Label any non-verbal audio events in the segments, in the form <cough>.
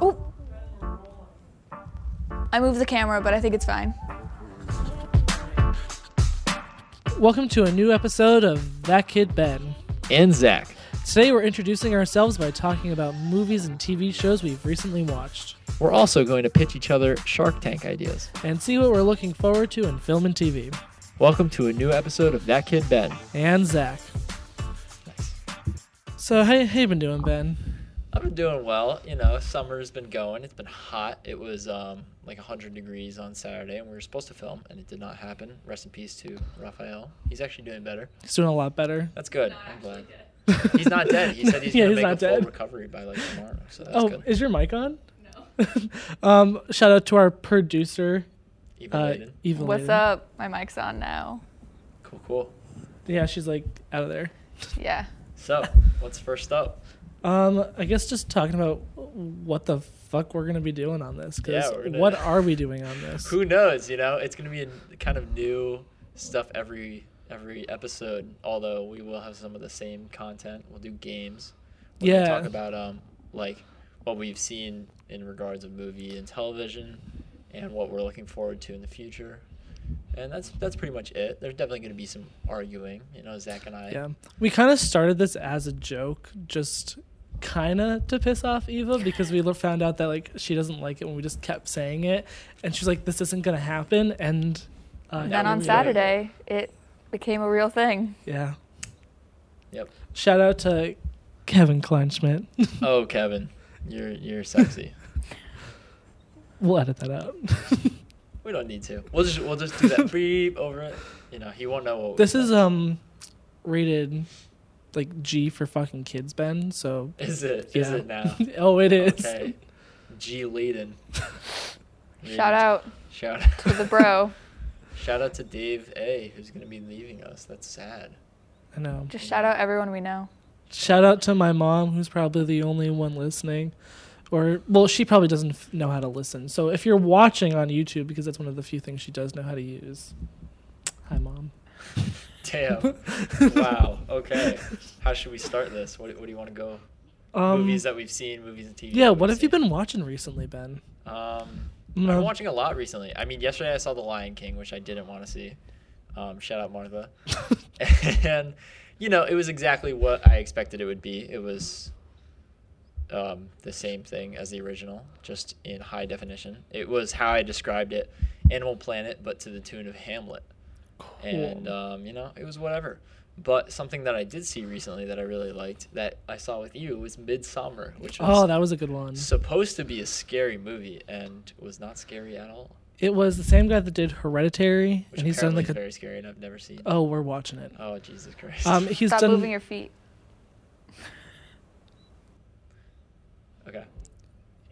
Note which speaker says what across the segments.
Speaker 1: Oh. I moved the camera, but I think it's fine.
Speaker 2: Welcome to a new episode of That Kid Ben.
Speaker 3: and Zach.
Speaker 2: Today we're introducing ourselves by talking about movies and TV shows we've recently watched
Speaker 3: We're also going to pitch each other Shark Tank ideas.
Speaker 2: and see what we're looking forward to in film and TV.
Speaker 3: Welcome to a new episode of That Kid Ben.
Speaker 2: And Zach.
Speaker 3: Nice.
Speaker 2: So hey, how you been doing, Ben?
Speaker 3: I've been doing well. You know, summer's been going. It's been hot. It was um, like 100 degrees on Saturday, and we were supposed to film, and it did not happen. Rest in peace to Raphael. He's actually doing better.
Speaker 2: He's doing a lot better.
Speaker 3: That's good. I'm glad. He's not dead. He said <laughs>
Speaker 2: <laughs>
Speaker 3: he's
Speaker 2: Yeah,
Speaker 3: going
Speaker 2: he's
Speaker 3: to
Speaker 2: not
Speaker 3: make a
Speaker 2: dead.
Speaker 3: full recovery by like tomorrow. So that's
Speaker 2: Oh,
Speaker 3: good.
Speaker 2: is your mic on? No. <laughs> um, shout out to our producer,
Speaker 3: Even
Speaker 2: uh,
Speaker 3: Aiden.
Speaker 2: Evelyn.
Speaker 1: What's up? My mic's on now.
Speaker 3: Cool, cool.
Speaker 2: Yeah, she's like out of there.
Speaker 1: Yeah.
Speaker 3: <laughs> So, what's first up?
Speaker 2: Um, I guess just talking about what the fuck we're gonna be doing on this. Because
Speaker 3: Yeah, we're gonna-
Speaker 2: what are we doing on this?
Speaker 3: <laughs> Who knows? You know, it's gonna be a kind of new stuff every every episode. Although we will have some of the same content. We'll do games. We're gonna
Speaker 2: Yeah.
Speaker 3: Talk about um like what we've seen in regards of movie and television, and what we're looking forward to in the future. And that's that's pretty much it. There's definitely gonna be some arguing. You know, Zach and I.
Speaker 2: Yeah, we kind of started this as a joke, just kind of to piss off Eva because we lo- found out that like she doesn't like it when we just kept saying it, and she's like, "This isn't gonna happen." And uh,
Speaker 3: And
Speaker 1: then
Speaker 3: we
Speaker 1: on
Speaker 3: were-
Speaker 1: Saturday, it became a real thing.
Speaker 2: yeah.
Speaker 3: Yep.
Speaker 2: Shout out to Kevin Kleinschmidt.
Speaker 3: Oh, Kevin, you're you're sexy.
Speaker 2: <laughs> we'll edit that out. <laughs>
Speaker 3: we don't need to. We'll just we'll just do that beep over it. You know, he won't know what. we
Speaker 2: this
Speaker 3: said.
Speaker 2: is um rated like G for fucking kids, Ben. So
Speaker 3: Is it? Is
Speaker 2: Yeah. <laughs>
Speaker 3: it now?
Speaker 2: oh, it is.
Speaker 3: Okay. G Leiden.
Speaker 1: <laughs> Shout out
Speaker 3: Shout out. <laughs>
Speaker 1: to the bro. <laughs>
Speaker 3: Shout out to Dave A, who's going to be leaving us. That's sad.
Speaker 2: I know.
Speaker 1: Just shout out everyone we know.
Speaker 2: Shout out to my mom, who's probably the only one listening. Or, well, she probably doesn't f- know how to listen. So if you're watching on YouTube, because that's one of the few things she does know how to use. Hi, mom. <laughs>
Speaker 3: Damn. wow. Okay. How should we start this? What, what do you want to go?
Speaker 2: Um,
Speaker 3: <laughs> movies that we've seen, movies and TV.
Speaker 2: yeah,
Speaker 3: shows
Speaker 2: what
Speaker 3: we've
Speaker 2: have you been watching recently, Ben?
Speaker 3: seen. Um,
Speaker 2: I'm
Speaker 3: I've
Speaker 2: gonna- <laughs>
Speaker 3: been watching a lot recently. I mean, yesterday I saw The Lion King, which I didn't want to see. Um, shout out Martha. <laughs> and you know, it was exactly what I expected it would be. It was um, the same thing as the original, just in high definition. It was how I described it, Animal Planet, but to the tune of Hamlet. And um, you know, it was whatever. But something that I did see recently that I really liked that I saw with you was Midsummer, which was
Speaker 2: oh, that was a good one.
Speaker 3: supposed to be a scary movie and was not scary at all.
Speaker 2: It was the same guy that did Hereditary,
Speaker 3: Which
Speaker 2: and he's done
Speaker 3: apparently
Speaker 2: like
Speaker 3: is
Speaker 2: a.
Speaker 3: very scary and I've never seen.
Speaker 2: Oh, we're watching it.
Speaker 3: Oh Jesus Christ.
Speaker 2: Um, he's
Speaker 1: Stop
Speaker 2: done.
Speaker 1: moving your feet.
Speaker 3: <laughs> okay.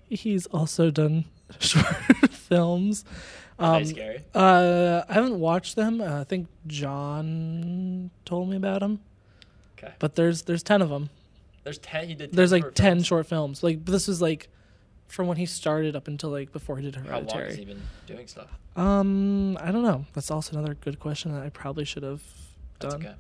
Speaker 2: he's also done <laughs> short films.
Speaker 3: Are
Speaker 2: Um,
Speaker 3: they scary?
Speaker 2: Uh, I haven't watched them. Uh, I think John told me about them,
Speaker 3: Okay.
Speaker 2: but there's there's ten of them.
Speaker 3: There's ten. He did. 10
Speaker 2: There's like
Speaker 3: short
Speaker 2: ten
Speaker 3: films.
Speaker 2: short films. Like this was like from when he started up until like before he did
Speaker 3: How long has he
Speaker 2: Hereditary.
Speaker 3: been doing stuff?
Speaker 2: Um, I don't know. That's also another good question that I probably should have
Speaker 3: That's
Speaker 2: done
Speaker 3: okay.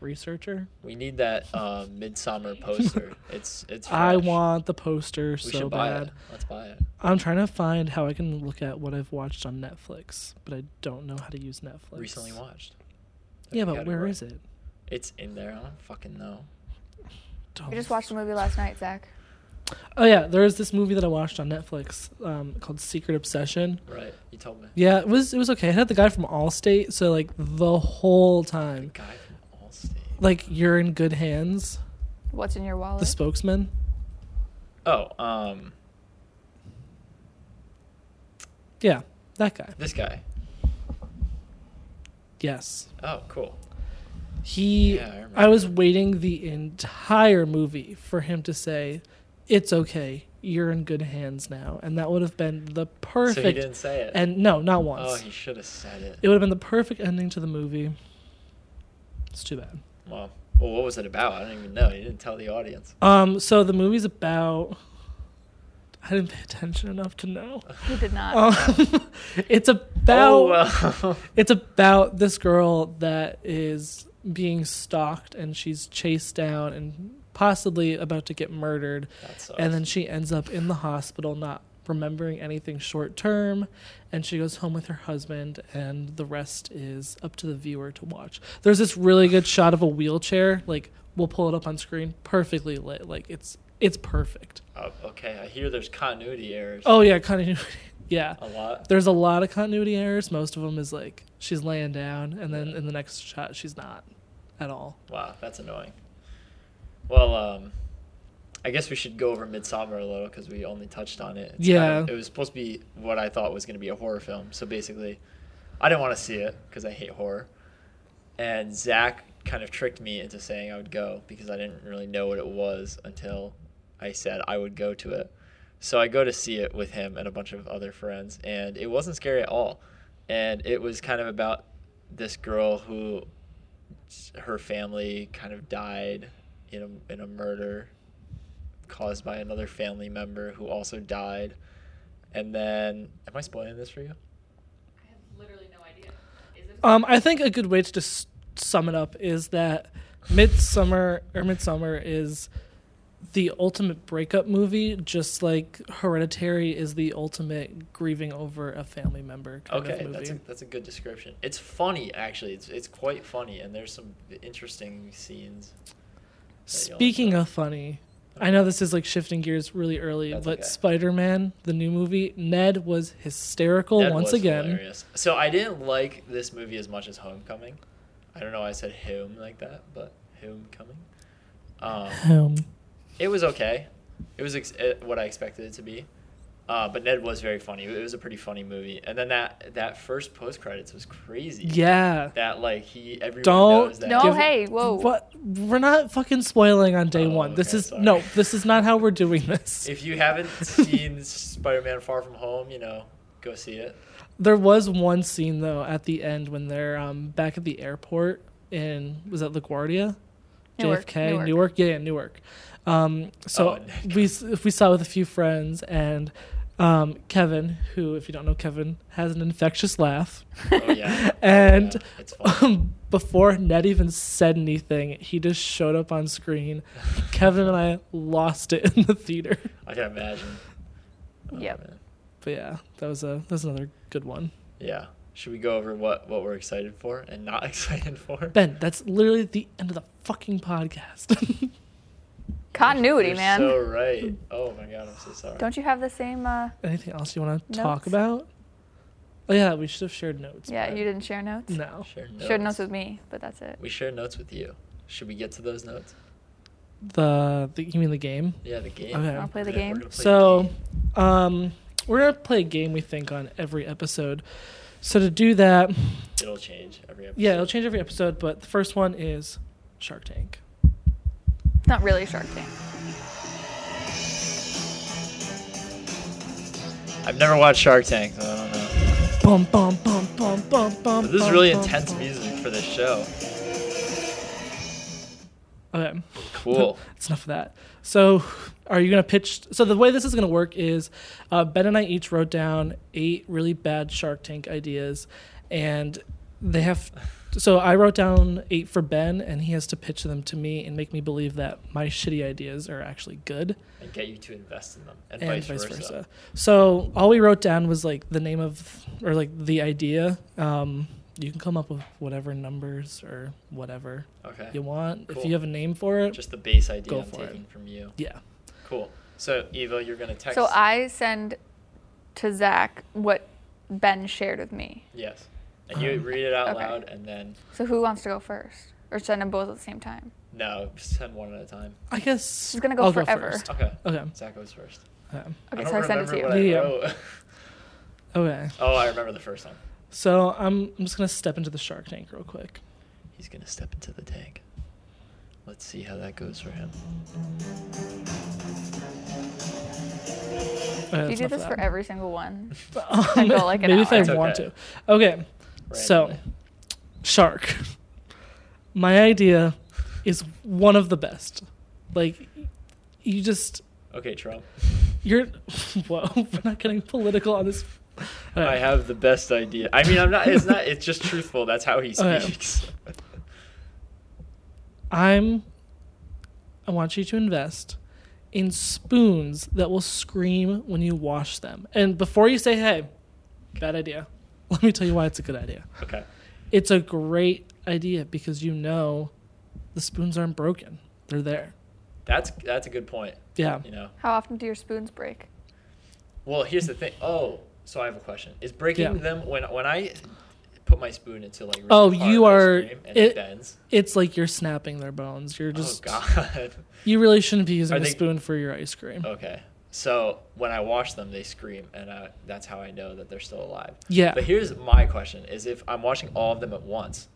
Speaker 2: researcher.
Speaker 3: We need that uh, midsummer poster. it's it's. Fresh.
Speaker 2: I want the poster
Speaker 3: We
Speaker 2: so
Speaker 3: should buy
Speaker 2: bad.
Speaker 3: it. Let's buy it.
Speaker 2: I'm trying to find how I can look at what I've watched on Netflix, but I don't know how to use Netflix.
Speaker 3: Recently watched.
Speaker 2: Yeah, but where
Speaker 3: Category.
Speaker 2: is it?
Speaker 3: It's in there. I don't fucking know.
Speaker 2: Don't
Speaker 1: We just watched a movie last night, Zach.
Speaker 2: Oh yeah, there is this movie that I watched on Netflix um, called Secret Obsession.
Speaker 3: Right. You told me.
Speaker 2: Yeah, it was it was okay. It had the guy from Allstate, so like the whole
Speaker 3: The
Speaker 2: time,
Speaker 3: guy from Allstate.
Speaker 2: like you're in good hands.
Speaker 1: What's in your wallet?
Speaker 2: The spokesman.
Speaker 3: Oh, um,
Speaker 2: Yeah, that guy.
Speaker 3: this guy.
Speaker 2: Yes,
Speaker 3: Oh, cool.
Speaker 2: he.
Speaker 3: Yeah, I remember.
Speaker 2: I was waiting the entire movie for him to say, "It's okay, you're in good hands now," and that would have been the perfect.
Speaker 3: So he didn't say it.
Speaker 2: and no, not once.
Speaker 3: oh, he should have said it.
Speaker 2: It would have been the perfect ending to the movie. It's too bad.
Speaker 3: Well, well, what was it about? I don't even know. He didn't tell the audience.
Speaker 2: Um, so the movie's about. I didn't pay attention enough to
Speaker 3: <laughs>
Speaker 2: know.
Speaker 1: he did not.
Speaker 2: Um, <laughs> it's about
Speaker 3: Oh, well. <laughs>
Speaker 2: it's about this girl that is being stalked and she's chased down and possibly about to get murdered,
Speaker 3: That sucks.
Speaker 2: and then she ends up in the hospital, not remembering anything short term, and she goes home with her husband, and the rest is up to the viewer to watch. There's this really good shot of a wheelchair, like we'll pull it up on screen, perfectly lit, like it's it's perfect.
Speaker 3: Oh, okay, I hear there's continuity errors.
Speaker 2: Oh yeah, continuity, <laughs> yeah.
Speaker 3: A lot.
Speaker 2: There's a lot of continuity errors. Most of them is like she's laying down, and then in the next shot she's not at all.
Speaker 3: Wow, that's annoying. Well, um, I guess we should go over Midsummer a little because we only touched on it. It's kind
Speaker 2: Yeah.
Speaker 3: of- it was supposed to be what I thought was going to be a horror film. So basically, I didn't want to see it because I hate horror. And Zach kind of tricked me into saying I would go because I didn't really know what it was until I said I would go to it. So I go to see it with him and a bunch of other friends, and it wasn't scary at all. And it was kind of about this girl who her family kind of died in a, in a murder caused by another family member who also died. And then, am I spoiling this for you?
Speaker 4: I have literally no idea. Is it
Speaker 2: Um, I think a good way to just sum it up is that Midsummer or Midsummer is the ultimate breakup movie, just like Hereditary is the ultimate grieving over a family member kind of
Speaker 3: Okay,
Speaker 2: movie.
Speaker 3: that's a, that's a good description. It's funny, actually. It's, it's quite funny, and there's some interesting scenes. that you'll
Speaker 2: Speaking
Speaker 3: enjoy.
Speaker 2: of funny, I know this is like shifting gears really early,
Speaker 3: That's
Speaker 2: but
Speaker 3: okay.
Speaker 2: Spider-Man, the new movie, Ned was hysterical
Speaker 3: That
Speaker 2: once
Speaker 3: was
Speaker 2: again.
Speaker 3: hilarious. So I didn't like this movie as much as Homecoming. I don't know why I said home like that, but Homecoming. Um,
Speaker 2: Um,
Speaker 3: it was okay. It was ex- eh, what I expected it to be. Uh, but Ned was very funny. It was a pretty funny movie. And then that that first post credits was crazy.
Speaker 2: yeah.
Speaker 3: That like he everyone
Speaker 2: Don't
Speaker 3: knows that.
Speaker 1: No,
Speaker 2: Give-
Speaker 1: hey, whoa.
Speaker 2: What? We're not fucking spoiling on day
Speaker 3: Oh,
Speaker 2: one. This
Speaker 3: okay,
Speaker 2: is
Speaker 3: sorry.
Speaker 2: no. This is not how we're doing this.
Speaker 3: If you haven't seen Spider-Man Far From Home, you know, go see it.
Speaker 2: There was one scene though at the end when they're um, back at the airport in was that LaGuardia,
Speaker 1: Newark,
Speaker 2: JFK,
Speaker 1: Newark. <laughs>
Speaker 2: yeah, yeah, Newark. Um,
Speaker 3: Oh,
Speaker 2: so
Speaker 3: Nick.
Speaker 2: we s- we saw with a few friends and um, Kevin, who if you don't know Kevin, has an infectious laugh,
Speaker 3: Oh yeah.
Speaker 2: and
Speaker 3: Yeah, it's fun.
Speaker 2: um, <laughs> before Ned even said anything, he just showed up on screen. Kevin and I lost it in the theater.
Speaker 3: I can imagine.
Speaker 1: <laughs>
Speaker 3: Oh,
Speaker 1: Yep.
Speaker 3: man.
Speaker 2: But yeah, that was a that was another good one.
Speaker 3: Yeah. Should we go over what what we're excited for and not <laughs> excited for?
Speaker 2: Ben, that's literally the end of the fucking podcast. <laughs>
Speaker 1: Continuity,
Speaker 3: You're
Speaker 1: man.
Speaker 3: So right. Oh my god, I'm so sorry.
Speaker 1: Don't you have the same? Uh,
Speaker 2: Anything else you want to talk
Speaker 1: Notes?
Speaker 2: about? Oh yeah, we should have shared notes.
Speaker 1: yeah,
Speaker 2: but
Speaker 1: you didn't share notes.
Speaker 2: No.
Speaker 3: Share notes.
Speaker 1: Shared notes with me, but that's it.
Speaker 3: We share notes with you. Should we get to those notes?
Speaker 2: The, the you mean the game?
Speaker 3: Yeah, the game.
Speaker 2: Okay.
Speaker 1: Wanna play the
Speaker 3: Yeah, we're
Speaker 1: game?
Speaker 3: gonna play the
Speaker 2: So,
Speaker 3: game.
Speaker 2: um, we're gonna play a game we think on every episode. So to do that,
Speaker 3: it'll change every episode.
Speaker 2: yeah, it'll change every episode. But the first one is Shark Tank.
Speaker 1: It's not really Shark Tank.
Speaker 3: I've never watched Shark Tank, so I don't know.
Speaker 2: Bum bum bum bum bum bum.
Speaker 3: But this is
Speaker 2: bum,
Speaker 3: really
Speaker 2: bum,
Speaker 3: intense
Speaker 2: bum.
Speaker 3: music for this show.
Speaker 2: Okay.
Speaker 3: Cool.
Speaker 2: It's enough of that. So, are you going to pitch? So, the way this is going to work is uh, Ben and I each wrote down eight really bad Shark Tank ideas, and they have. So, I wrote down eight for Ben, and he has to pitch them to me and make me believe that my shitty ideas are actually good
Speaker 3: And get you to invest in them, and,
Speaker 2: and
Speaker 3: vice, versa.
Speaker 2: So, all we wrote down was like the name of, or like the idea. Um, you can come up with whatever numbers or whatever
Speaker 3: Okay.
Speaker 2: you want. If
Speaker 3: Cool.
Speaker 2: you have a name for it,
Speaker 3: Just the base idea
Speaker 2: Go
Speaker 3: I'm
Speaker 2: for it.
Speaker 3: taking from you.
Speaker 2: yeah.
Speaker 3: Cool. So Eva, you're gonna text.
Speaker 1: So I send to Zach what Ben shared with me.
Speaker 3: Yes. And you read it out
Speaker 1: okay.
Speaker 3: loud, and then
Speaker 1: So who wants to go first, or send them both at the same time?
Speaker 3: no, send one at a time.
Speaker 2: I guess
Speaker 1: It's gonna go
Speaker 2: I'll
Speaker 1: forever.
Speaker 2: first.
Speaker 3: Okay.
Speaker 2: Okay.
Speaker 3: Zach goes first.
Speaker 2: Okay.
Speaker 1: Okay,
Speaker 3: I don't
Speaker 1: so I send it
Speaker 3: remember
Speaker 1: to you.
Speaker 3: what I
Speaker 2: Yeah.
Speaker 3: wrote. <laughs>
Speaker 2: Okay.
Speaker 3: oh, I remember the first one.
Speaker 2: So I'm I'm just gonna step into the Shark Tank real quick.
Speaker 3: He's gonna step into the tank. Let's see how that goes for him.
Speaker 2: Okay,
Speaker 1: Do you
Speaker 2: that's
Speaker 1: do
Speaker 2: enough
Speaker 1: this
Speaker 2: of
Speaker 1: for
Speaker 2: that.
Speaker 1: every single
Speaker 3: <laughs>
Speaker 1: one?
Speaker 2: <laughs> Um,
Speaker 1: go, like, an
Speaker 2: maybe if
Speaker 1: hour.
Speaker 2: I
Speaker 1: It's
Speaker 2: want
Speaker 3: okay.
Speaker 2: to. Okay. So
Speaker 3: Randomly.
Speaker 2: shark. My idea is one of the best. Like you just
Speaker 3: Okay, Trump.
Speaker 2: <laughs> you're whoa, <laughs> we're not getting political on this. Okay.
Speaker 3: I have the best idea. I mean, I'm not. It's not. It's just truthful. That's
Speaker 2: <laughs>
Speaker 3: how he
Speaker 2: Okay.
Speaker 3: speaks.
Speaker 2: I'm I want you to invest in spoons that will scream when you wash them. And before you say, hey, bad idea, <laughs> let me tell you why it's a good idea.
Speaker 3: Okay.
Speaker 2: It's a great idea because you know the spoons aren't broken, they're there.
Speaker 3: That's that's a good point.
Speaker 2: Yeah.
Speaker 3: You know.
Speaker 1: How often do your spoons
Speaker 2: <laughs>
Speaker 1: break?
Speaker 3: Well, here's the thing. Oh, so I have a question. Is breaking
Speaker 2: Yeah.
Speaker 3: them when when I put my spoon into like really
Speaker 2: Oh,
Speaker 3: hard
Speaker 2: you
Speaker 3: ice
Speaker 2: are-
Speaker 3: cream and
Speaker 2: it-
Speaker 3: it bends.
Speaker 2: It's like you're snapping their bones. You're just,
Speaker 3: oh God.
Speaker 2: <laughs> you really shouldn't be using
Speaker 3: Are
Speaker 2: a
Speaker 3: they- Oh,
Speaker 2: spoon for your ice cream.
Speaker 3: okay. So when I wash them, they scream, and I, that's how I know that they're still alive.
Speaker 2: Yeah.
Speaker 3: But here's my question: Is if I'm washing all of them at once,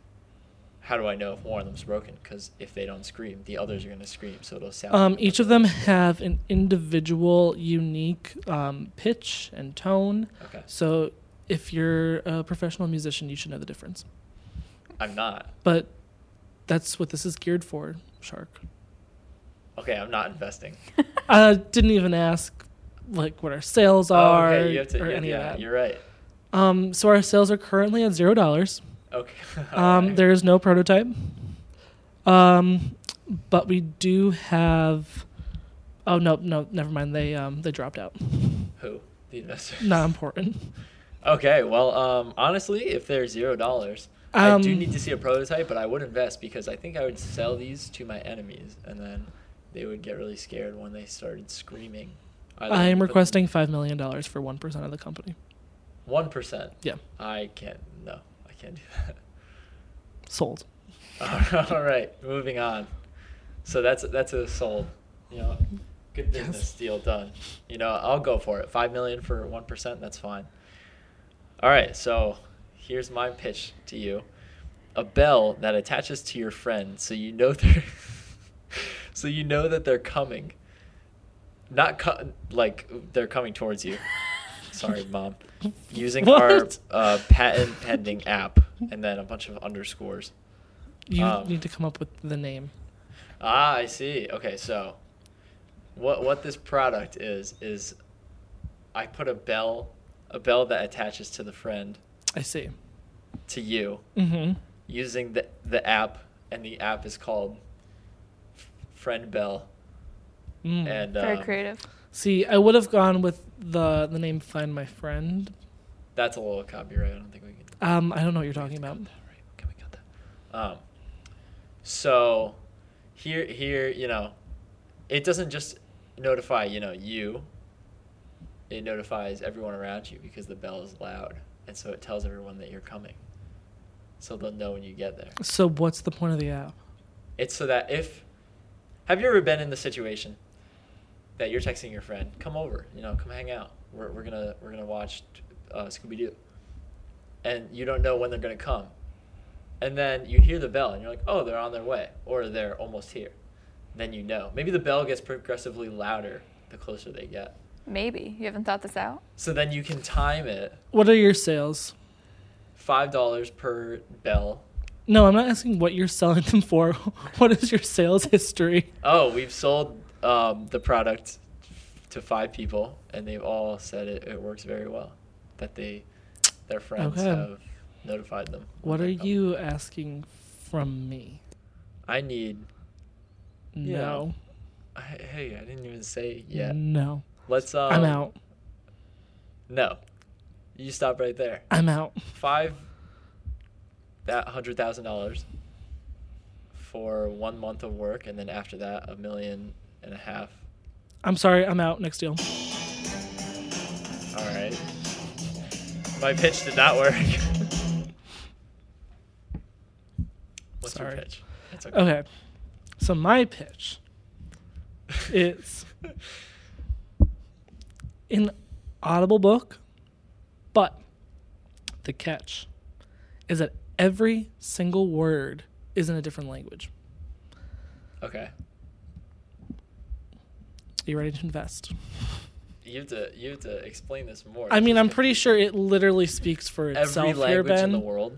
Speaker 3: how do I know if one of them's broken? Because if they don't scream, the others are gonna scream, so it'll sound.
Speaker 2: Um, each of them have an individual, unique um, pitch and tone.
Speaker 3: Okay.
Speaker 2: So if you're a professional musician, you should know the difference.
Speaker 3: I'm not.
Speaker 2: But that's what this is geared for, Shark.
Speaker 3: Okay, I'm not investing.
Speaker 2: I didn't even ask like what our sales are
Speaker 3: Oh, okay, you have to.
Speaker 2: or
Speaker 3: you-
Speaker 2: any
Speaker 3: yeah,
Speaker 2: of that.
Speaker 3: you're right.
Speaker 2: Um, so our sales are currently at zero dollars.
Speaker 3: Okay. <laughs>
Speaker 2: Um,
Speaker 3: Alright.
Speaker 2: there is no prototype. Um, but we do have. Oh no, no, never mind. They um they dropped <laughs> out.
Speaker 3: Who? The investors.
Speaker 2: Not important.
Speaker 3: Okay, well, um, honestly, if they're zero dollars, I do
Speaker 2: Um,
Speaker 3: need to see a prototype, but I would invest because I think I would sell these to my enemies, and then they would get really scared when they started screaming.
Speaker 2: I am requesting five million dollars for one percent of the company.
Speaker 3: one percent.
Speaker 2: Yeah,
Speaker 3: I can't. No, I can't do <laughs>
Speaker 2: sold.
Speaker 3: that. <laughs> All right, moving on. So that's that's a sold. You know, good business deal done. You know, I'll go for it. Five million for one percent. That's fine. All right, so here's my pitch to you: a bell that attaches to your friend, so you know <laughs> they're, so you know that they're coming. Not co- like they're coming towards you.
Speaker 1: <laughs>
Speaker 3: Sorry, mom. Using our
Speaker 2: What?
Speaker 3: uh, patent pending app, and then a bunch of underscores.
Speaker 2: You
Speaker 3: Um,
Speaker 2: need to come up with the name.
Speaker 3: Ah, I see. Okay, so what what this product is is I put a bell a bell that attaches to the friend
Speaker 2: I see.
Speaker 3: to you
Speaker 2: Mm-hmm.
Speaker 3: using the the app and the app is called F- Friend Bell
Speaker 2: Mm.
Speaker 3: and
Speaker 1: Very
Speaker 3: um,
Speaker 1: creative.
Speaker 2: see, I would have gone with the the name "Find My Friend."
Speaker 3: that's a little copyright. I don't think we can
Speaker 2: Um, I don't know what you're talking about.
Speaker 3: Right, Can we cut that? Um, so here, here, you know, it doesn't just notify, you know, you. It notifies everyone around you because the bell is loud, and so it tells everyone that you're coming. So they'll know when you get there.
Speaker 2: So, what's the point of the app?
Speaker 3: It's so that if, have you ever been in the situation that you're texting your friend, come over, you know, come hang out. We're, we're gonna we're gonna watch uh, Scooby Doo, and you don't know when they're gonna come, and then you hear the bell and you're like, oh, they're on their way or they're almost here. Then you know. Maybe the bell gets progressively louder the closer they get.
Speaker 1: Maybe. You haven't thought this out?
Speaker 3: So then you can time it
Speaker 2: What are your sales?
Speaker 3: five dollars per bell.
Speaker 2: No, I'm not asking what you're selling them for. <laughs> what is your sales history?
Speaker 3: Oh, we've sold um, the product to five people, and they've all said it, it works very well. That they, their friends
Speaker 2: Okay.
Speaker 3: have notified them. when
Speaker 2: What
Speaker 3: they're
Speaker 2: are
Speaker 3: coming.
Speaker 2: you asking from me?
Speaker 3: I need. Yeah.
Speaker 2: No.
Speaker 3: I, hey, I didn't even say yet.
Speaker 2: No.
Speaker 3: Let's. Um,
Speaker 2: Mm. I'm out.
Speaker 3: No, you stop right there.
Speaker 2: I'm out.
Speaker 3: Five. That hundred thousand dollars. For one month of work, and then after that, a million and a half.
Speaker 2: I'm sorry. I'm out. Next deal.
Speaker 3: All right. My pitch did not work. What's
Speaker 2: Sorry.
Speaker 3: your pitch? That's
Speaker 2: Okay. So my pitch is an audible book, but the catch is that every single word is in a different language.
Speaker 3: <laughs> Okay.
Speaker 2: Are you ready to invest?
Speaker 3: You have to you have to explain this more.
Speaker 2: I mean,
Speaker 3: This
Speaker 2: I'm
Speaker 3: is
Speaker 2: pretty sure it literally speaks for itself
Speaker 3: every
Speaker 2: here,
Speaker 3: language
Speaker 2: Ben.
Speaker 3: in the world.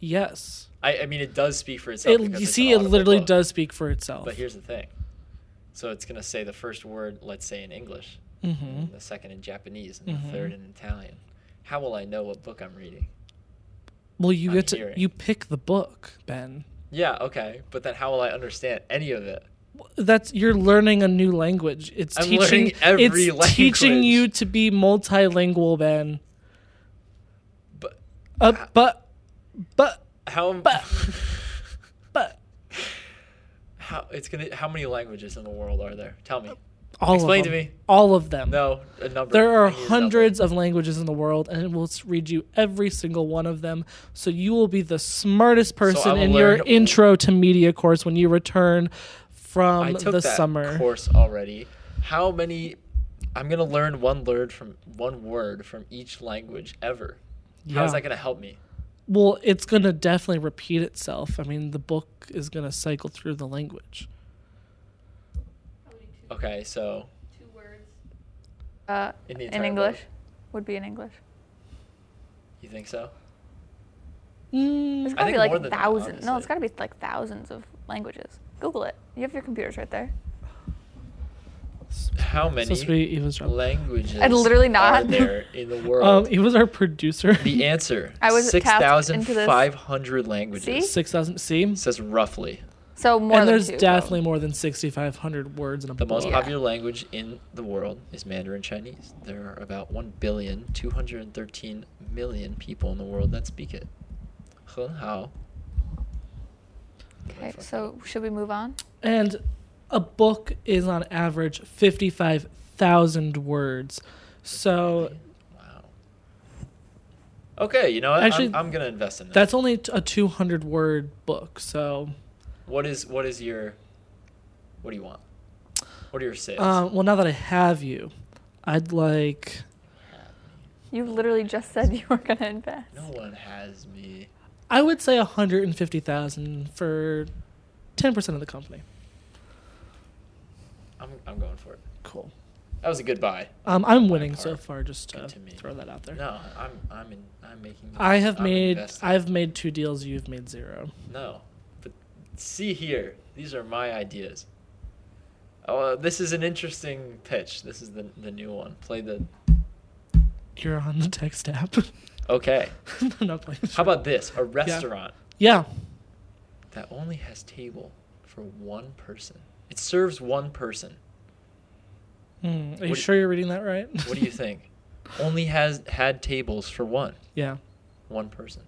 Speaker 2: Yes.
Speaker 3: I, I mean, it does speak for itself.
Speaker 2: It,
Speaker 3: because
Speaker 2: you
Speaker 3: it's
Speaker 2: see,
Speaker 3: an
Speaker 2: it
Speaker 3: audible
Speaker 2: literally
Speaker 3: book.
Speaker 2: does speak for itself.
Speaker 3: But here's the thing. So it's gonna say the first word, let's say in English,
Speaker 2: hmm
Speaker 3: and the second in Japanese, and
Speaker 2: Mhm.
Speaker 3: the third in Italian. How will I know what book I'm reading?
Speaker 2: Well, you
Speaker 3: I'm
Speaker 2: get to
Speaker 3: hearing.
Speaker 2: you pick the book, Ben.
Speaker 3: Yeah, okay, but then how will I understand any of it?
Speaker 2: that's you're learning a new language. It's
Speaker 3: I'm
Speaker 2: teaching
Speaker 3: learning every
Speaker 2: it's teaching
Speaker 3: language.
Speaker 2: you to be multilingual, Ben.
Speaker 3: But
Speaker 2: Uh, but but
Speaker 3: how
Speaker 2: but but
Speaker 3: <laughs> how it's gonna how many languages in the world are there? Tell me.
Speaker 2: all
Speaker 3: Explain
Speaker 2: of
Speaker 3: to
Speaker 2: them,
Speaker 3: me.
Speaker 2: All of them.
Speaker 3: No, a number.
Speaker 2: There are
Speaker 3: I need a number.
Speaker 2: hundreds of languages in the world, and it will s- read you every single one of them. So you will be the smartest person
Speaker 3: will
Speaker 2: in your
Speaker 3: learn-
Speaker 2: intro to media course when you return
Speaker 3: I
Speaker 2: from
Speaker 3: took
Speaker 2: the
Speaker 3: that
Speaker 2: um, summer.
Speaker 3: course already. How many? I'm gonna learn one word from one word from each language ever. How
Speaker 2: Yeah.
Speaker 3: is that gonna help me?
Speaker 2: Well, it's going to definitely repeat itself. I mean, the book is going to cycle through the language.
Speaker 4: Probably two,
Speaker 3: Okay, so
Speaker 4: two words.
Speaker 1: Uh,
Speaker 3: In
Speaker 1: in,
Speaker 3: the entire
Speaker 1: English,
Speaker 3: world.
Speaker 1: would be in English.
Speaker 3: you think so?
Speaker 1: There's
Speaker 2: Mm,
Speaker 1: gotta
Speaker 3: think
Speaker 1: be
Speaker 3: more
Speaker 1: like
Speaker 3: than that,
Speaker 1: thousands. no, it's
Speaker 3: honestly.
Speaker 1: gotta be like thousands of languages. Google it. You have your computers right there.
Speaker 3: How
Speaker 2: so
Speaker 3: many
Speaker 2: sweet, Eva's job.
Speaker 3: languages?
Speaker 1: I'd literally
Speaker 3: Are
Speaker 1: not.
Speaker 3: there in the
Speaker 2: Um,
Speaker 3: world?
Speaker 2: Eva's our producer.
Speaker 3: the answer.
Speaker 1: I was
Speaker 3: six
Speaker 1: tapped
Speaker 3: thousand
Speaker 1: into this.
Speaker 3: five hundred languages.
Speaker 1: See?
Speaker 2: <laughs> Six thousand. See,
Speaker 3: It says roughly
Speaker 1: So more
Speaker 2: and
Speaker 1: than
Speaker 2: there's
Speaker 1: two.
Speaker 2: definitely more than sixty five hundred words in a
Speaker 3: the
Speaker 2: book.
Speaker 3: most
Speaker 1: Yeah.
Speaker 3: popular language in the world is Mandarin Chinese. There are about one billion two hundred and thirteen million people in the world that speak it. 很好.
Speaker 1: Okay, so should we move on?
Speaker 2: And a book is on average 55,000 words. So
Speaker 3: Wow. Okay, you know what?
Speaker 2: Actually,
Speaker 3: I'm, I'm gonna invest in that.
Speaker 2: that's only t- a 200 word book. So,
Speaker 3: What is what is your what do you want? What are your sales?
Speaker 2: um, well, now that I have you, I'd like.
Speaker 1: You literally just said <laughs> you were gonna invest.
Speaker 3: no one has me.
Speaker 2: I would say 150,000 for 10% of the company.
Speaker 3: I'm I'm going for it.
Speaker 2: Cool.
Speaker 3: That was a good buy.
Speaker 2: Um, I'm winning so
Speaker 3: part.
Speaker 2: far, just to
Speaker 3: Good to me.
Speaker 2: throw that out there.
Speaker 3: No, I'm I'm in, I'm making.
Speaker 2: I have
Speaker 3: I'm
Speaker 2: made
Speaker 3: investing.
Speaker 2: I've made two deals. You've made zero.
Speaker 3: No, but see here, these are my ideas. Oh, uh, this is an interesting pitch. This is the the new one. Play the.
Speaker 2: You're on the text app.
Speaker 3: Okay.
Speaker 2: <laughs> I'm not playing.
Speaker 3: How about this? A restaurant
Speaker 2: Yeah.
Speaker 3: that only has table for one person. It serves one person.
Speaker 2: Hmm. Are
Speaker 3: do-
Speaker 2: you sure you're reading that right?
Speaker 3: What
Speaker 2: <laughs>
Speaker 3: do you think? only has had tables for one
Speaker 2: yeah.
Speaker 3: one person,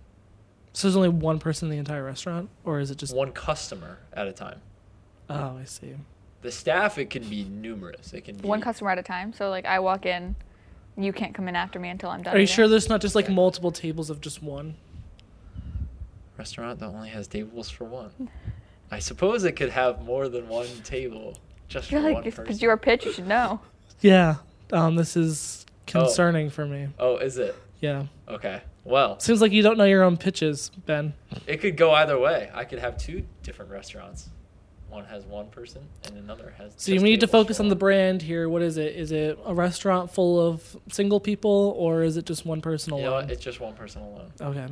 Speaker 2: So there's only one person in the entire restaurant, or is it just?
Speaker 3: one customer at a time.
Speaker 2: Oh, I see.
Speaker 3: The staff it can be numerous. It can be
Speaker 1: One customer at a time. So like I walk in, you can't come in after me until I'm done.
Speaker 2: Are you
Speaker 1: eating. <laughs>
Speaker 2: sure there's not just like multiple tables of just one?
Speaker 3: restaurant that only has tables for one. I suppose it could have more than one table just
Speaker 1: I feel
Speaker 3: for
Speaker 1: like
Speaker 3: one
Speaker 1: if
Speaker 3: person.
Speaker 1: it's your pitch, you should
Speaker 2: <laughs>
Speaker 1: know.
Speaker 2: Yeah. Um, this is
Speaker 3: Oh.
Speaker 2: concerning for me.
Speaker 3: Oh, is it?
Speaker 2: Yeah.
Speaker 3: Okay. Well,
Speaker 2: Seems like you don't know your own pitches, Ben.
Speaker 3: it could go either way. I could have two different restaurants. One has one person, and another has.
Speaker 2: So you
Speaker 3: just
Speaker 2: need to
Speaker 3: tables
Speaker 2: focus
Speaker 3: for
Speaker 2: on the
Speaker 3: one.
Speaker 2: brand here. What is it? Is it a restaurant full of single people, or is it just one person
Speaker 3: You know
Speaker 2: alone?
Speaker 3: what? It's just one person alone.
Speaker 2: okay.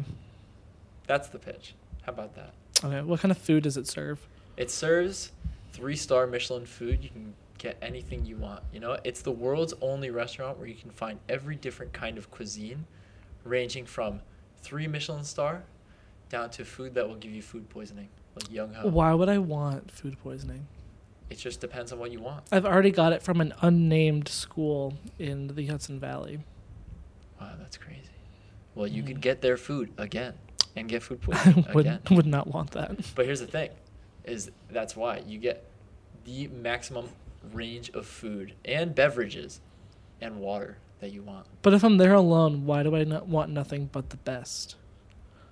Speaker 3: That's the pitch. How about that?
Speaker 2: Okay. What kind of food does it serve?
Speaker 3: It serves three-star Michelin food. You can get anything you want. You know, it's the world's only restaurant where you can find every different kind of cuisine, ranging from three Michelin star down to food that will give you food poisoning, like young ho.
Speaker 2: Why would I want food poisoning?
Speaker 3: It just depends on what you want.
Speaker 2: I've already got it from an unnamed school in the Hudson Valley. <laughs>
Speaker 3: Wow, that's crazy. Well, you could get their food again and get food poisoning
Speaker 2: I
Speaker 3: again.
Speaker 2: would would not want that.
Speaker 3: But here's the thing, is that's why you get the maximum range of food and beverages and water that you want.
Speaker 2: But if I'm there alone, why do I not want nothing but the best?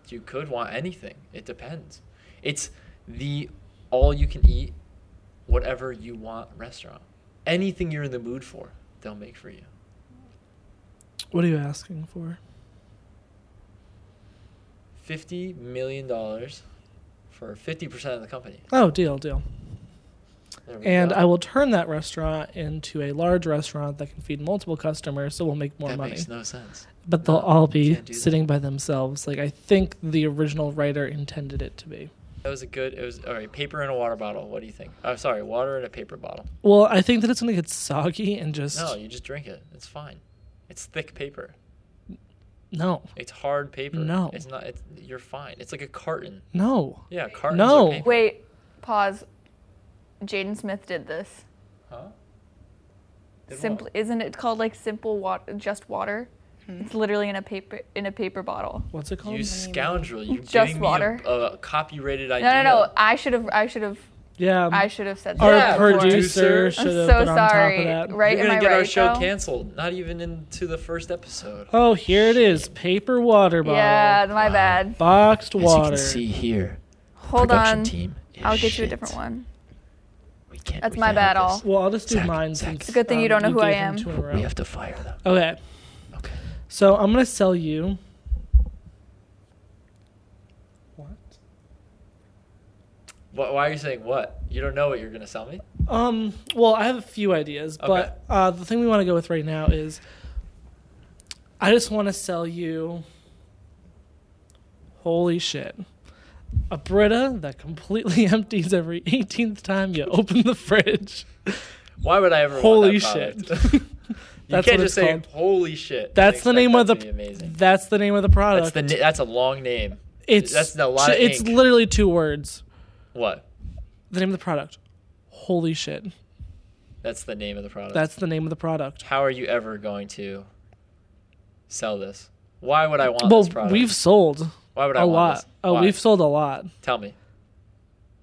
Speaker 3: You could want anything. It depends. It's the all you can eat, whatever you want restaurant. Anything you're in the mood for, they'll make for you.
Speaker 2: What are you asking for?
Speaker 3: Fifty million dollars for fifty percent of the company.
Speaker 2: Oh, deal, deal.
Speaker 3: There we
Speaker 2: And
Speaker 3: go.
Speaker 2: I will turn that restaurant into a large restaurant that can feed multiple customers, so we'll make more
Speaker 3: that
Speaker 2: money.
Speaker 3: makes no sense.
Speaker 2: but they'll
Speaker 3: no,
Speaker 2: all
Speaker 3: you
Speaker 2: be
Speaker 3: can't do that.
Speaker 2: sitting by themselves, like I think the original writer intended it to be.
Speaker 3: That was a good. It was all right. Paper and a water bottle. What do you think? I'm sorry, water and a paper bottle.
Speaker 2: Well, I think that it's gonna get soggy and just
Speaker 3: No,
Speaker 2: no.
Speaker 3: you just drink it. It's fine. It's thick paper.
Speaker 2: No.
Speaker 3: It's hard paper.
Speaker 2: No.
Speaker 3: it's not. It's, you're fine. It's like a carton.
Speaker 2: No.
Speaker 3: Yeah, cartons.
Speaker 2: No.
Speaker 3: Are paper.
Speaker 1: Wait, pause. Jaden Smith did this.
Speaker 3: Huh? Did what?
Speaker 1: Simply, isn't it called like simple water, just water? It's literally in a paper in a paper bottle.
Speaker 2: What's it called?
Speaker 3: You scoundrel!
Speaker 1: <laughs>
Speaker 3: You
Speaker 1: Just
Speaker 3: giving
Speaker 1: water.
Speaker 3: me a, a copyrighted idea.
Speaker 1: No, no, no. I should have. I should have.
Speaker 2: yeah.
Speaker 1: I should have said
Speaker 2: Um, our
Speaker 1: that. before.
Speaker 2: producer
Speaker 3: I'm
Speaker 1: I'm
Speaker 2: should have
Speaker 1: so
Speaker 2: been on
Speaker 1: sorry.
Speaker 2: top of that.
Speaker 1: Right? Am
Speaker 3: You're gonna
Speaker 1: I
Speaker 3: get
Speaker 1: right?
Speaker 3: our show
Speaker 1: though?
Speaker 3: canceled. Not even into the first episode.
Speaker 2: Oh, here it is. Paper water bottle.
Speaker 1: Yeah, my bad.
Speaker 2: Boxed water.
Speaker 3: here,
Speaker 1: Hold on.
Speaker 3: team.
Speaker 1: I'll get you a different one.
Speaker 3: We can't.
Speaker 1: That's we my can't bad, have this.
Speaker 2: Well, I'll just do
Speaker 3: Zach,
Speaker 2: mine
Speaker 3: Zach.
Speaker 2: since. um,
Speaker 3: It's
Speaker 1: a good thing you don't know who I
Speaker 2: gave him
Speaker 1: am.
Speaker 2: two in a row.
Speaker 3: to fire them.
Speaker 2: Okay.
Speaker 3: Okay.
Speaker 2: So I'm gonna sell you. What?
Speaker 3: Why, why are you saying what? You don't know what you're gonna sell me.
Speaker 2: Um. Well, I have a few ideas,
Speaker 3: Okay.
Speaker 2: but uh, the thing we want to go with right now is, I just want to sell you. Holy shit. A Brita that completely <laughs> empties every 18th time you open the
Speaker 3: <laughs>
Speaker 2: fridge.
Speaker 3: Why would I ever? want
Speaker 2: Holy
Speaker 3: that
Speaker 2: shit. <laughs>
Speaker 3: product? <laughs> you
Speaker 2: That's
Speaker 3: can't
Speaker 2: what
Speaker 3: just
Speaker 2: it's
Speaker 3: say
Speaker 2: called.
Speaker 3: "Holy shit." and
Speaker 2: That's the
Speaker 3: expect
Speaker 2: name
Speaker 3: that
Speaker 2: of the.
Speaker 3: to be amazing.
Speaker 2: That's the name of the product.
Speaker 3: That's the. na- That's a long name.
Speaker 2: it's
Speaker 3: that's a lot of
Speaker 2: It's
Speaker 3: ink.
Speaker 2: literally two words.
Speaker 3: What?
Speaker 2: The name of the product. Holy shit.
Speaker 3: That's the name of the product.
Speaker 2: That's the name of the product.
Speaker 3: How are you ever going to sell this? Why would I want
Speaker 2: well,
Speaker 3: this product?
Speaker 2: we've sold
Speaker 3: Why would I
Speaker 2: a
Speaker 3: want
Speaker 2: lot.
Speaker 3: this?
Speaker 2: Oh,
Speaker 3: Why?
Speaker 2: we've sold a lot.
Speaker 3: Tell me.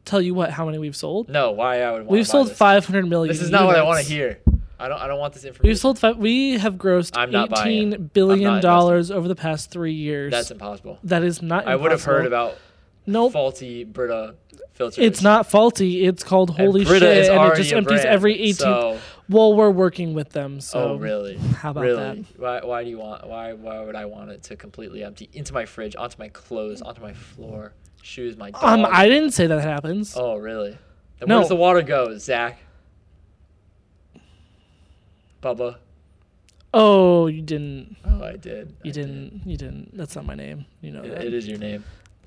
Speaker 2: Tell you what, how many we've sold?
Speaker 3: No, why I would want
Speaker 2: We've sold
Speaker 3: this.
Speaker 2: 500 million.
Speaker 3: This is not what I want to
Speaker 2: units.
Speaker 3: hear. I don't. I don't want this information.
Speaker 2: We've sold five. We have grossed
Speaker 3: I'm not buying it.
Speaker 2: 18 billion
Speaker 3: I'm not
Speaker 2: dollars over the past three years.
Speaker 3: That's impossible.
Speaker 2: that is not.
Speaker 3: I would have
Speaker 2: impossible.
Speaker 3: heard about
Speaker 2: Nope,
Speaker 3: faulty Brita filters.
Speaker 2: it's not faulty. It's called
Speaker 3: And
Speaker 2: holy
Speaker 3: Brita
Speaker 2: shit,
Speaker 3: is
Speaker 2: and it
Speaker 3: already
Speaker 2: just
Speaker 3: a
Speaker 2: empties
Speaker 3: brand,
Speaker 2: every 18th.
Speaker 3: So,
Speaker 2: Well, we're working with them, so
Speaker 3: oh really?
Speaker 2: Um, how about
Speaker 3: really? Why? Why do you want? Why? Why would I want it to completely empty into my fridge, onto my clothes, onto my floor, shoes, my dog?
Speaker 2: that? Um, I didn't say that happens.
Speaker 3: Oh really? Then
Speaker 2: No.
Speaker 3: where's the water go, Zach? Bubba.
Speaker 2: Oh, you didn't.
Speaker 3: Oh, I did.
Speaker 2: You
Speaker 3: I
Speaker 2: didn't. You didn't. That's not my name. You know
Speaker 3: did.
Speaker 2: that.
Speaker 3: It- it is your name.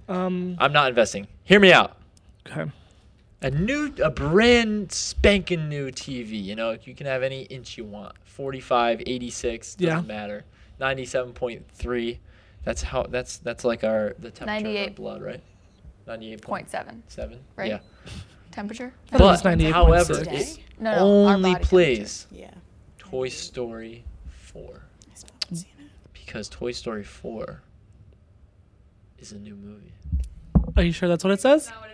Speaker 2: Um.
Speaker 3: I'm not investing. Hear me out.
Speaker 2: Okay.
Speaker 3: a new a brand spanking new tv you know you can have any inch you want 45 86 doesn't
Speaker 2: Yeah.
Speaker 3: matter 97.3 that's how that's that's like our the temperature of our
Speaker 1: 98.
Speaker 3: blood right 98.7
Speaker 1: Point seven right?
Speaker 3: yeah
Speaker 1: temperature.
Speaker 2: I thought it was
Speaker 3: but
Speaker 2: 98.6.
Speaker 3: however it
Speaker 5: Today?
Speaker 1: No, no. our
Speaker 3: only
Speaker 1: body
Speaker 3: plays
Speaker 5: Yeah.
Speaker 3: toy story 4
Speaker 5: I still
Speaker 1: Mm.
Speaker 5: haven't seen it.
Speaker 3: because toy story 4 is a new movie
Speaker 2: Are you sure that's what it says?
Speaker 4: That's not what it says.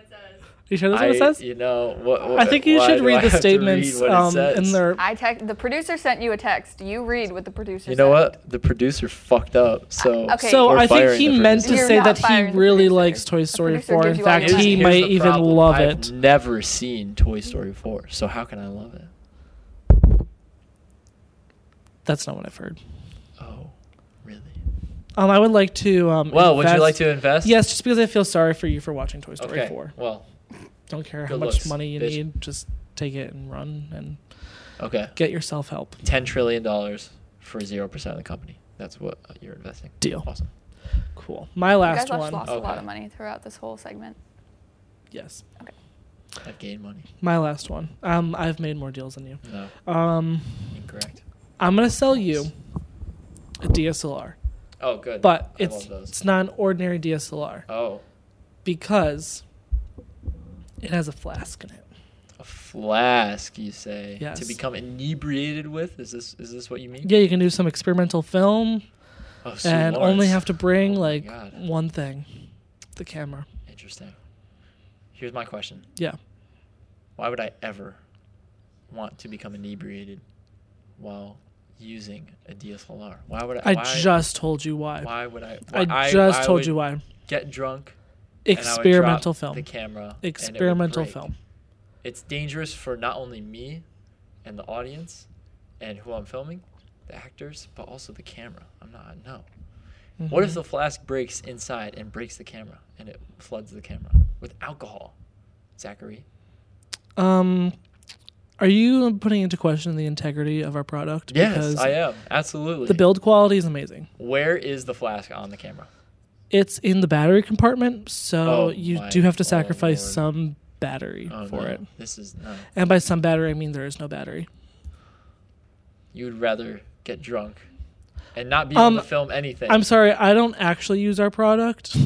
Speaker 2: You sure that's what it
Speaker 3: I-
Speaker 2: says?
Speaker 3: you know what,
Speaker 2: I think you
Speaker 3: why
Speaker 2: should
Speaker 3: do I
Speaker 2: read the
Speaker 3: have to read
Speaker 2: statements
Speaker 3: what it
Speaker 2: um,
Speaker 3: says?
Speaker 2: in their.
Speaker 1: I text. The producer sent you a text. You read what the producer.
Speaker 3: You know
Speaker 1: sent.
Speaker 3: what? The producer fucked up. So
Speaker 1: Uh, okay.
Speaker 2: So
Speaker 3: We're
Speaker 2: I think
Speaker 3: firing
Speaker 2: he
Speaker 3: the
Speaker 2: meant to
Speaker 3: producer.
Speaker 1: You're
Speaker 2: say
Speaker 1: not
Speaker 2: that he
Speaker 1: firing the
Speaker 2: really
Speaker 1: producer.
Speaker 2: likes Toy
Speaker 1: The
Speaker 2: story
Speaker 1: producer
Speaker 2: 4.
Speaker 1: gives
Speaker 2: In
Speaker 1: you all
Speaker 2: fact,
Speaker 1: your
Speaker 2: he
Speaker 1: money.
Speaker 2: might
Speaker 3: the
Speaker 2: even
Speaker 3: problem.
Speaker 2: love
Speaker 3: I've
Speaker 2: it.
Speaker 3: Never seen Toy Story 4. So how can I love it?
Speaker 2: That's not what I've heard.
Speaker 3: Oh, really?
Speaker 2: Um, I would like to. Um,
Speaker 3: Well, would you
Speaker 2: invest-
Speaker 3: like to invest?
Speaker 2: Yes, just because I feel sorry for you for watching Toy Story
Speaker 3: Okay.
Speaker 2: 4.
Speaker 3: Well,
Speaker 2: Don't care how
Speaker 3: Good
Speaker 2: much
Speaker 3: looks,
Speaker 2: money you
Speaker 3: bitch.
Speaker 2: need, just take it and run and
Speaker 3: okay.
Speaker 2: get yourself help.
Speaker 3: Ten trillion dollars for zero percent of the company. That's what uh, you're investing.
Speaker 2: Deal.
Speaker 3: Awesome.
Speaker 2: Cool. My
Speaker 1: You guys
Speaker 2: last
Speaker 1: lost,
Speaker 2: one.
Speaker 1: lost a lot of
Speaker 3: Okay.
Speaker 1: money throughout this whole segment.
Speaker 2: Yes,
Speaker 3: I've gained money.
Speaker 2: my last one. Um, I've made more deals than you.
Speaker 3: No,
Speaker 2: Um,
Speaker 3: incorrect.
Speaker 2: I'm gonna sell you a DSLR,
Speaker 3: Oh, good.
Speaker 2: but
Speaker 3: I
Speaker 2: it's
Speaker 3: love those.
Speaker 2: it's not an ordinary DSLR.
Speaker 3: Oh,
Speaker 2: because it has a flask in it.
Speaker 3: a flask, you say?
Speaker 2: Yes.
Speaker 3: To become inebriated with? Is this is this what you mean?
Speaker 2: Yeah, you can do some experimental film
Speaker 3: Oh, Sue
Speaker 2: and only
Speaker 3: Lawrence.
Speaker 2: have to bring
Speaker 3: Oh my
Speaker 2: like
Speaker 3: God.
Speaker 2: one thing the camera.
Speaker 3: Interesting. Here's my question.
Speaker 2: Yeah.
Speaker 3: Why would I ever want to become inebriated while using a DSLR? Why would I?
Speaker 2: I
Speaker 3: why,
Speaker 2: just told you why.
Speaker 3: Why would I?
Speaker 2: I
Speaker 3: why-
Speaker 2: just told
Speaker 3: would
Speaker 2: you why.
Speaker 3: Get drunk. and I would drop
Speaker 2: Experimental film.
Speaker 3: The camera. and it would
Speaker 2: experimental
Speaker 3: break.
Speaker 2: film.
Speaker 3: It's dangerous for not only me, and the audience, and who I'm filming, the actors, but also the camera. I'm not. No. What
Speaker 2: Mm-hmm.
Speaker 3: if the flask breaks inside and breaks the camera and it floods the camera with alcohol, Zachary?
Speaker 2: Um are you putting into question the integrity of our product?
Speaker 3: Yes, I am. Absolutely.
Speaker 2: the build quality is amazing.
Speaker 3: Where is the flask on the camera?
Speaker 2: It's in the battery compartment, so
Speaker 3: Oh
Speaker 2: you
Speaker 3: my
Speaker 2: do have to sacrifice
Speaker 3: Lord.
Speaker 2: some battery
Speaker 3: Oh,
Speaker 2: for
Speaker 3: no.
Speaker 2: it.
Speaker 3: This is no.
Speaker 2: And by some battery, I mean there is no battery.
Speaker 3: You would rather get drunk and not be
Speaker 2: Um,
Speaker 3: able to film anything.
Speaker 2: I'm sorry, I don't actually use our product.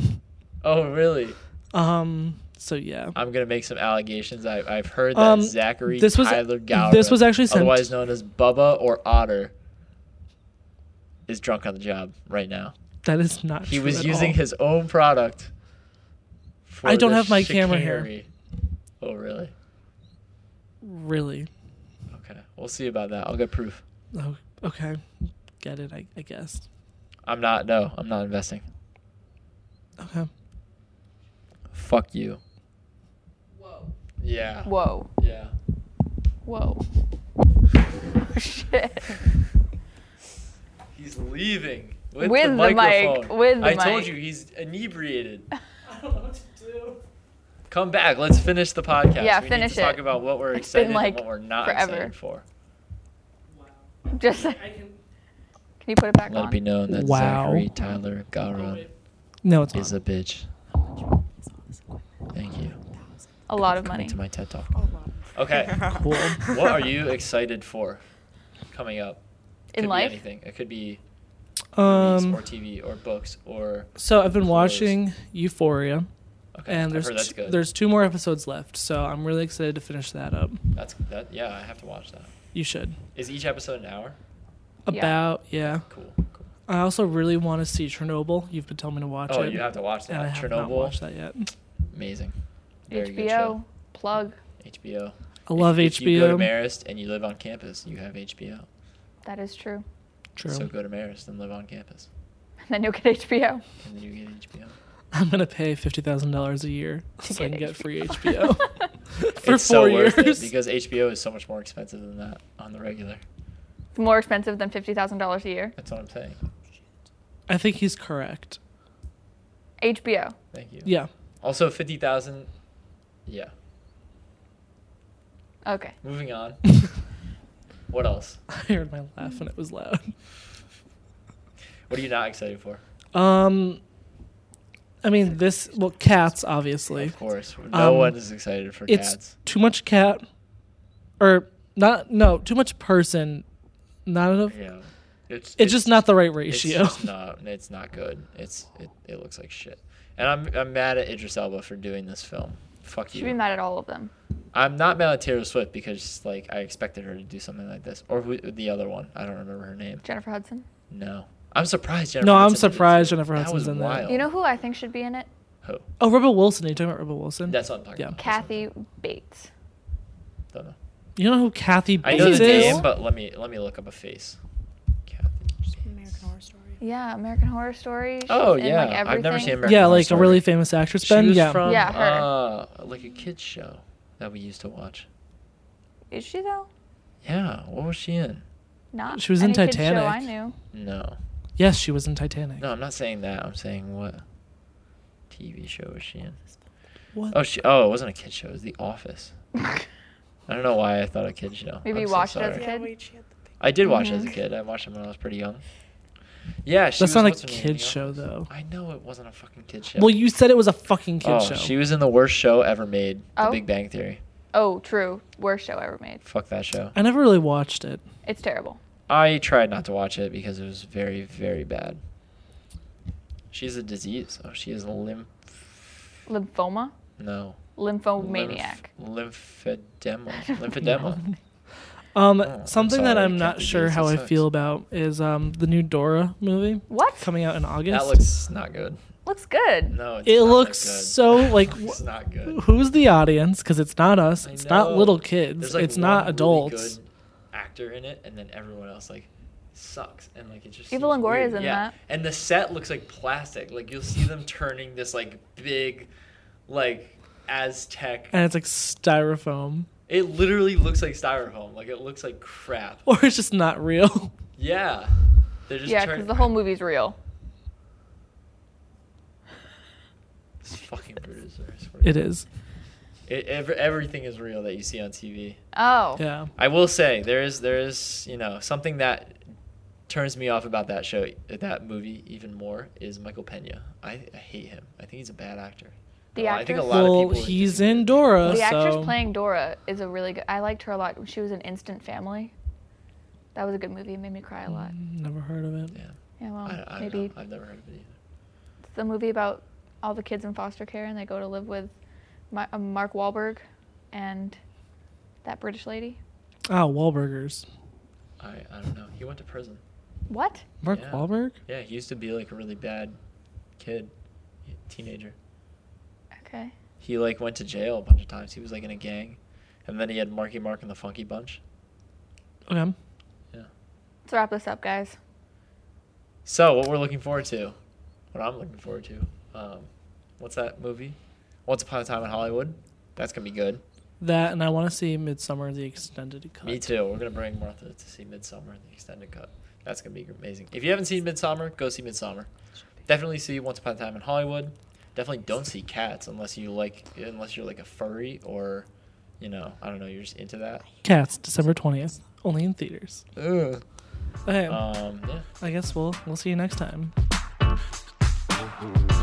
Speaker 3: oh, really?
Speaker 2: <laughs> Um, So yeah.
Speaker 3: I'm gonna make some allegations. I, I've heard that
Speaker 2: Um,
Speaker 3: Zachary
Speaker 2: this was-
Speaker 3: Tyler Gowden,
Speaker 2: this was actually sent-
Speaker 3: otherwise known as Bubba or Otter, is drunk on the job right now.
Speaker 2: That is not
Speaker 3: He
Speaker 2: true
Speaker 3: was
Speaker 2: at
Speaker 3: using
Speaker 2: all.
Speaker 3: his own product. For
Speaker 2: I don't
Speaker 3: the
Speaker 2: have my camera here.
Speaker 3: chicanery. Oh really?
Speaker 2: Really?
Speaker 3: Okay, we'll see about that. I'll get proof.
Speaker 2: Oh, okay. Get it, I, I guess.
Speaker 3: I'm not. No, I'm not investing.
Speaker 2: Okay.
Speaker 3: Fuck you.
Speaker 4: Whoa.
Speaker 3: Yeah.
Speaker 1: Whoa.
Speaker 3: Yeah.
Speaker 1: Whoa. <laughs> Shit.
Speaker 3: He's leaving with,
Speaker 1: With
Speaker 3: the,
Speaker 1: the mic,
Speaker 3: microphone.
Speaker 1: with the
Speaker 3: I told
Speaker 1: mic.
Speaker 3: you he's inebriated.
Speaker 2: <laughs> I don't know what to do.
Speaker 3: Come back. Let's finish the podcast.
Speaker 1: Yeah,
Speaker 3: we
Speaker 1: finish
Speaker 3: need to Talk
Speaker 1: it.
Speaker 3: about what we're
Speaker 1: It's
Speaker 3: excited
Speaker 1: been,
Speaker 3: and
Speaker 1: like,
Speaker 3: what we're not
Speaker 1: forever.
Speaker 3: excited for.
Speaker 2: Wow.
Speaker 1: Just can
Speaker 2: can.
Speaker 1: you put it back
Speaker 3: Let
Speaker 1: on?
Speaker 3: it be known that
Speaker 2: Wow.
Speaker 3: Zachary Tyler Gowron
Speaker 2: No, it's
Speaker 3: is
Speaker 2: not.
Speaker 3: a bitch. Thank you.
Speaker 1: A lot of
Speaker 3: Coming
Speaker 1: money.
Speaker 3: to my TED talk.
Speaker 2: Oh,
Speaker 5: <laughs>
Speaker 3: Okay.
Speaker 2: Cool.
Speaker 3: what are you excited for coming up?
Speaker 1: In
Speaker 3: could
Speaker 1: life?
Speaker 3: Be anything. It could be movies
Speaker 2: Um.
Speaker 3: or TV or books or.
Speaker 2: So I've been
Speaker 3: Close.
Speaker 2: watching Euphoria,
Speaker 3: Okay.
Speaker 2: and
Speaker 3: I've
Speaker 2: there's
Speaker 3: heard that's
Speaker 2: t-
Speaker 3: good.
Speaker 2: there's two more episodes left. So I'm really excited to finish that up.
Speaker 3: That's that. Yeah, I have to watch that.
Speaker 2: You should.
Speaker 3: Is each episode an hour?
Speaker 1: Yeah.
Speaker 2: About yeah.
Speaker 3: Cool. cool.
Speaker 2: I also really want to see Chernobyl. You've been telling me to watch
Speaker 3: Oh,
Speaker 2: it.
Speaker 3: you have to watch
Speaker 2: and I
Speaker 3: that.
Speaker 2: have
Speaker 3: Chernobyl.
Speaker 2: not watched that yet.
Speaker 3: Amazing. Very good
Speaker 1: HBO
Speaker 3: show.
Speaker 1: plug.
Speaker 3: HBO.
Speaker 2: I love
Speaker 3: if,
Speaker 2: HBO.
Speaker 3: If you go to Marist and you live on campus, you have HBO.
Speaker 1: That is true. <laughs>
Speaker 2: True.
Speaker 3: So go to Marist and live on campus,
Speaker 1: And then you'll get HBO.
Speaker 3: and then you get HBO.
Speaker 2: <laughs> I'm gonna pay fifty thousand dollars a
Speaker 3: <laughs>
Speaker 2: year
Speaker 1: To
Speaker 2: so I
Speaker 1: get
Speaker 2: can get free
Speaker 1: HBO.
Speaker 2: HBO for
Speaker 3: it's
Speaker 2: four
Speaker 3: so
Speaker 2: years.
Speaker 3: worth it because HBO is so much more expensive than that on the regular.
Speaker 1: It's more expensive than fifty thousand dollars a year.
Speaker 3: That's what I'm saying.
Speaker 2: I think he's correct.
Speaker 1: HBO.
Speaker 3: Thank you.
Speaker 2: Yeah.
Speaker 3: Also, fifty thousand. Yeah.
Speaker 1: Okay.
Speaker 3: Moving on. what else?
Speaker 2: <laughs> I heard my laugh and it was loud.
Speaker 3: What are you not excited for?
Speaker 2: Um, I mean this. Well, cats obviously.
Speaker 3: Of course, no
Speaker 2: Um,
Speaker 3: one is excited for
Speaker 2: It's
Speaker 3: cats.
Speaker 2: too much cat, or not? No, too much person. Not enough.
Speaker 3: Yeah. It's,
Speaker 2: It's just not the right ratio.
Speaker 3: It's just not. It's not good. It's it, it. looks like shit. And I'm I'm mad at Idris Elba for doing this film. Fuck
Speaker 1: Should be
Speaker 3: you.
Speaker 1: mad at all of them.
Speaker 3: I'm not mad at Taylor Swift because like I expected her to do something like this, or who, the other one. I don't remember her name.
Speaker 1: Jennifer Hudson.
Speaker 3: No, I'm surprised. Jennifer
Speaker 2: No, I'm
Speaker 3: Hudson did this.
Speaker 2: surprised Jennifer
Speaker 3: That
Speaker 2: Hudson's
Speaker 3: was
Speaker 2: in that.
Speaker 3: wild.
Speaker 1: You know who I think should be in it?
Speaker 3: Who?
Speaker 2: Oh, Rebel Wilson. Are you talking about Rebel Wilson?
Speaker 3: That's what I'm talking
Speaker 2: Yeah.
Speaker 3: about. That's what I'm
Speaker 1: Kathy Bates.
Speaker 3: talking- Don't know.
Speaker 2: You know who Kathy
Speaker 3: I
Speaker 2: Bates
Speaker 3: know
Speaker 1: Is
Speaker 3: the
Speaker 1: this-
Speaker 2: is?
Speaker 3: name, but let me let me look up a face. Kathy.
Speaker 5: American Horror Story.
Speaker 1: Yeah, American Horror Story. She's
Speaker 3: Oh
Speaker 1: in,
Speaker 3: yeah,
Speaker 1: like,
Speaker 3: I've never
Speaker 1: everything.
Speaker 3: seen American
Speaker 2: yeah,
Speaker 3: Horror
Speaker 2: like
Speaker 3: Story.
Speaker 2: a really famous actress.
Speaker 3: She
Speaker 2: Ben.
Speaker 3: was
Speaker 2: yeah.
Speaker 3: from
Speaker 1: Yeah, her.
Speaker 3: uh, like a kids show that we used to watch.
Speaker 1: Is she though?
Speaker 3: Yeah, what was she in?
Speaker 1: Not.
Speaker 2: She was in
Speaker 1: any kid's
Speaker 2: Titanic.
Speaker 1: Show I knew.
Speaker 3: No,
Speaker 2: Yes, she was in Titanic.
Speaker 3: no, I'm not saying that. I'm saying what TV show was she in?
Speaker 2: What?
Speaker 3: Oh, she. Oh, it wasn't a kids show. It was The
Speaker 2: <laughs>
Speaker 3: Office. I don't know why I thought a kids show.
Speaker 1: Maybe
Speaker 3: I'm
Speaker 1: you
Speaker 3: so
Speaker 1: watched it as a
Speaker 3: sorry.
Speaker 1: kid? Mm-hmm.
Speaker 5: Yeah, wait, she had the big.
Speaker 3: I did watch it as a kid. I watched it when I was pretty young. Yeah,
Speaker 2: That's
Speaker 3: she was,
Speaker 2: not a
Speaker 3: what's her name in
Speaker 2: kid
Speaker 3: The
Speaker 2: show,
Speaker 3: Office?
Speaker 2: though.
Speaker 3: I know it wasn't a fucking kid show.
Speaker 2: Well, you said it was a fucking kid
Speaker 3: oh,
Speaker 2: show.
Speaker 3: she was in the worst show ever made, The
Speaker 1: Oh.
Speaker 3: Big Bang Theory.
Speaker 1: oh, true. Worst show ever made.
Speaker 3: Fuck that show.
Speaker 2: I never really watched it.
Speaker 1: It's terrible.
Speaker 3: I tried not to watch it because it was very, very bad. She's a disease. Oh, she is lymph.
Speaker 1: Lymphoma.
Speaker 3: No.
Speaker 1: Lymphomaniac.
Speaker 3: Lymph, lymphedema. Lymphedema.
Speaker 2: <laughs> Um,
Speaker 3: Oh, I'm
Speaker 2: something that
Speaker 3: sorry,
Speaker 2: I'm not
Speaker 3: Kathy
Speaker 2: sure
Speaker 3: Bates,
Speaker 2: how
Speaker 3: that
Speaker 2: I
Speaker 3: sucks.
Speaker 2: feel about is um the new Dora movie
Speaker 1: What?
Speaker 2: coming out in August.
Speaker 3: that looks not good.
Speaker 1: Looks good.
Speaker 3: No, it's
Speaker 2: it
Speaker 3: not that
Speaker 2: looks
Speaker 3: good.
Speaker 2: so
Speaker 3: <laughs>
Speaker 2: like.
Speaker 3: it's
Speaker 2: wh-
Speaker 3: not good.
Speaker 2: Who's the audience? Because it's not us.
Speaker 3: I
Speaker 2: It's not
Speaker 3: know.
Speaker 2: little
Speaker 3: There's,
Speaker 2: kids.
Speaker 3: like,
Speaker 2: it's not
Speaker 3: one really
Speaker 2: adults.
Speaker 3: good actor in it, and then everyone else like sucks, and like it just.
Speaker 1: Eva
Speaker 3: seems
Speaker 1: Longoria's
Speaker 3: weird.
Speaker 1: in
Speaker 3: yeah.
Speaker 1: that.
Speaker 3: and the set looks like plastic. Like you'll see them turning this like big, like Aztec.
Speaker 2: And it's like styrofoam, <laughs>
Speaker 3: It literally looks like styrofoam. Like it looks like crap.
Speaker 2: or it's just not real. <laughs>
Speaker 3: Yeah, they're just
Speaker 1: Yeah,
Speaker 3: turning
Speaker 1: because the whole movie's real.
Speaker 3: This fucking producer. I swear to
Speaker 2: It
Speaker 3: God.
Speaker 2: is.
Speaker 3: It, ev- E, everything is real that you see on TV.
Speaker 1: Oh.
Speaker 2: Yeah.
Speaker 3: I will say there is there is you know something that turns me off about that show that movie even more is Michael Pena. I, I hate him. I think he's a bad actor.
Speaker 1: The
Speaker 3: I think a
Speaker 1: actress?
Speaker 3: lot
Speaker 2: Well,
Speaker 3: of people.
Speaker 2: he's in Dora,
Speaker 1: The
Speaker 2: so
Speaker 1: actress playing Dora is a really good. I liked her a lot. She was in Instant Family. That was a good movie. It made me cry a lot.
Speaker 2: Mm, never heard of it.
Speaker 3: Yeah,
Speaker 1: Yeah, well,
Speaker 3: Mm. I, I
Speaker 1: maybe
Speaker 3: maybe I've never heard of it either.
Speaker 1: it's the movie about all the kids in foster care and they go to live with my, uh, Mark Wahlberg and that British lady.
Speaker 2: Oh, Wahlburgers.
Speaker 3: I, I don't know. He went to prison.
Speaker 1: What?
Speaker 2: Mark
Speaker 3: Yeah.
Speaker 2: Wahlberg?
Speaker 3: Yeah, he used to be like a really bad kid, teenager.
Speaker 1: Okay.
Speaker 3: He like went to jail a bunch of times. He was like in a gang, and then he had Marky Mark and the Funky Bunch.
Speaker 2: Okay.
Speaker 1: Let's wrap this up, guys.
Speaker 3: So what we're looking forward to, what I'm looking forward to, um, what's that movie? Once Upon a Time in Hollywood. That's gonna be good.
Speaker 2: That, and I want to see Midsummer, the extended cut.
Speaker 3: Me too. We're gonna bring Martha to see Midsummer, the extended cut. That's gonna be amazing. If you haven't seen Midsummer, go see Midsummer. Definitely see Once Upon a Time in Hollywood. Definitely don't see Cats unless you like unless you're like a furry or, you know, I don't know, you're just into that.
Speaker 2: Cats, December 20th. Only in theaters.
Speaker 3: Ugh.
Speaker 2: Okay,
Speaker 3: Um, yeah.
Speaker 2: I guess we'll we'll see you next time.
Speaker 6: Ooh.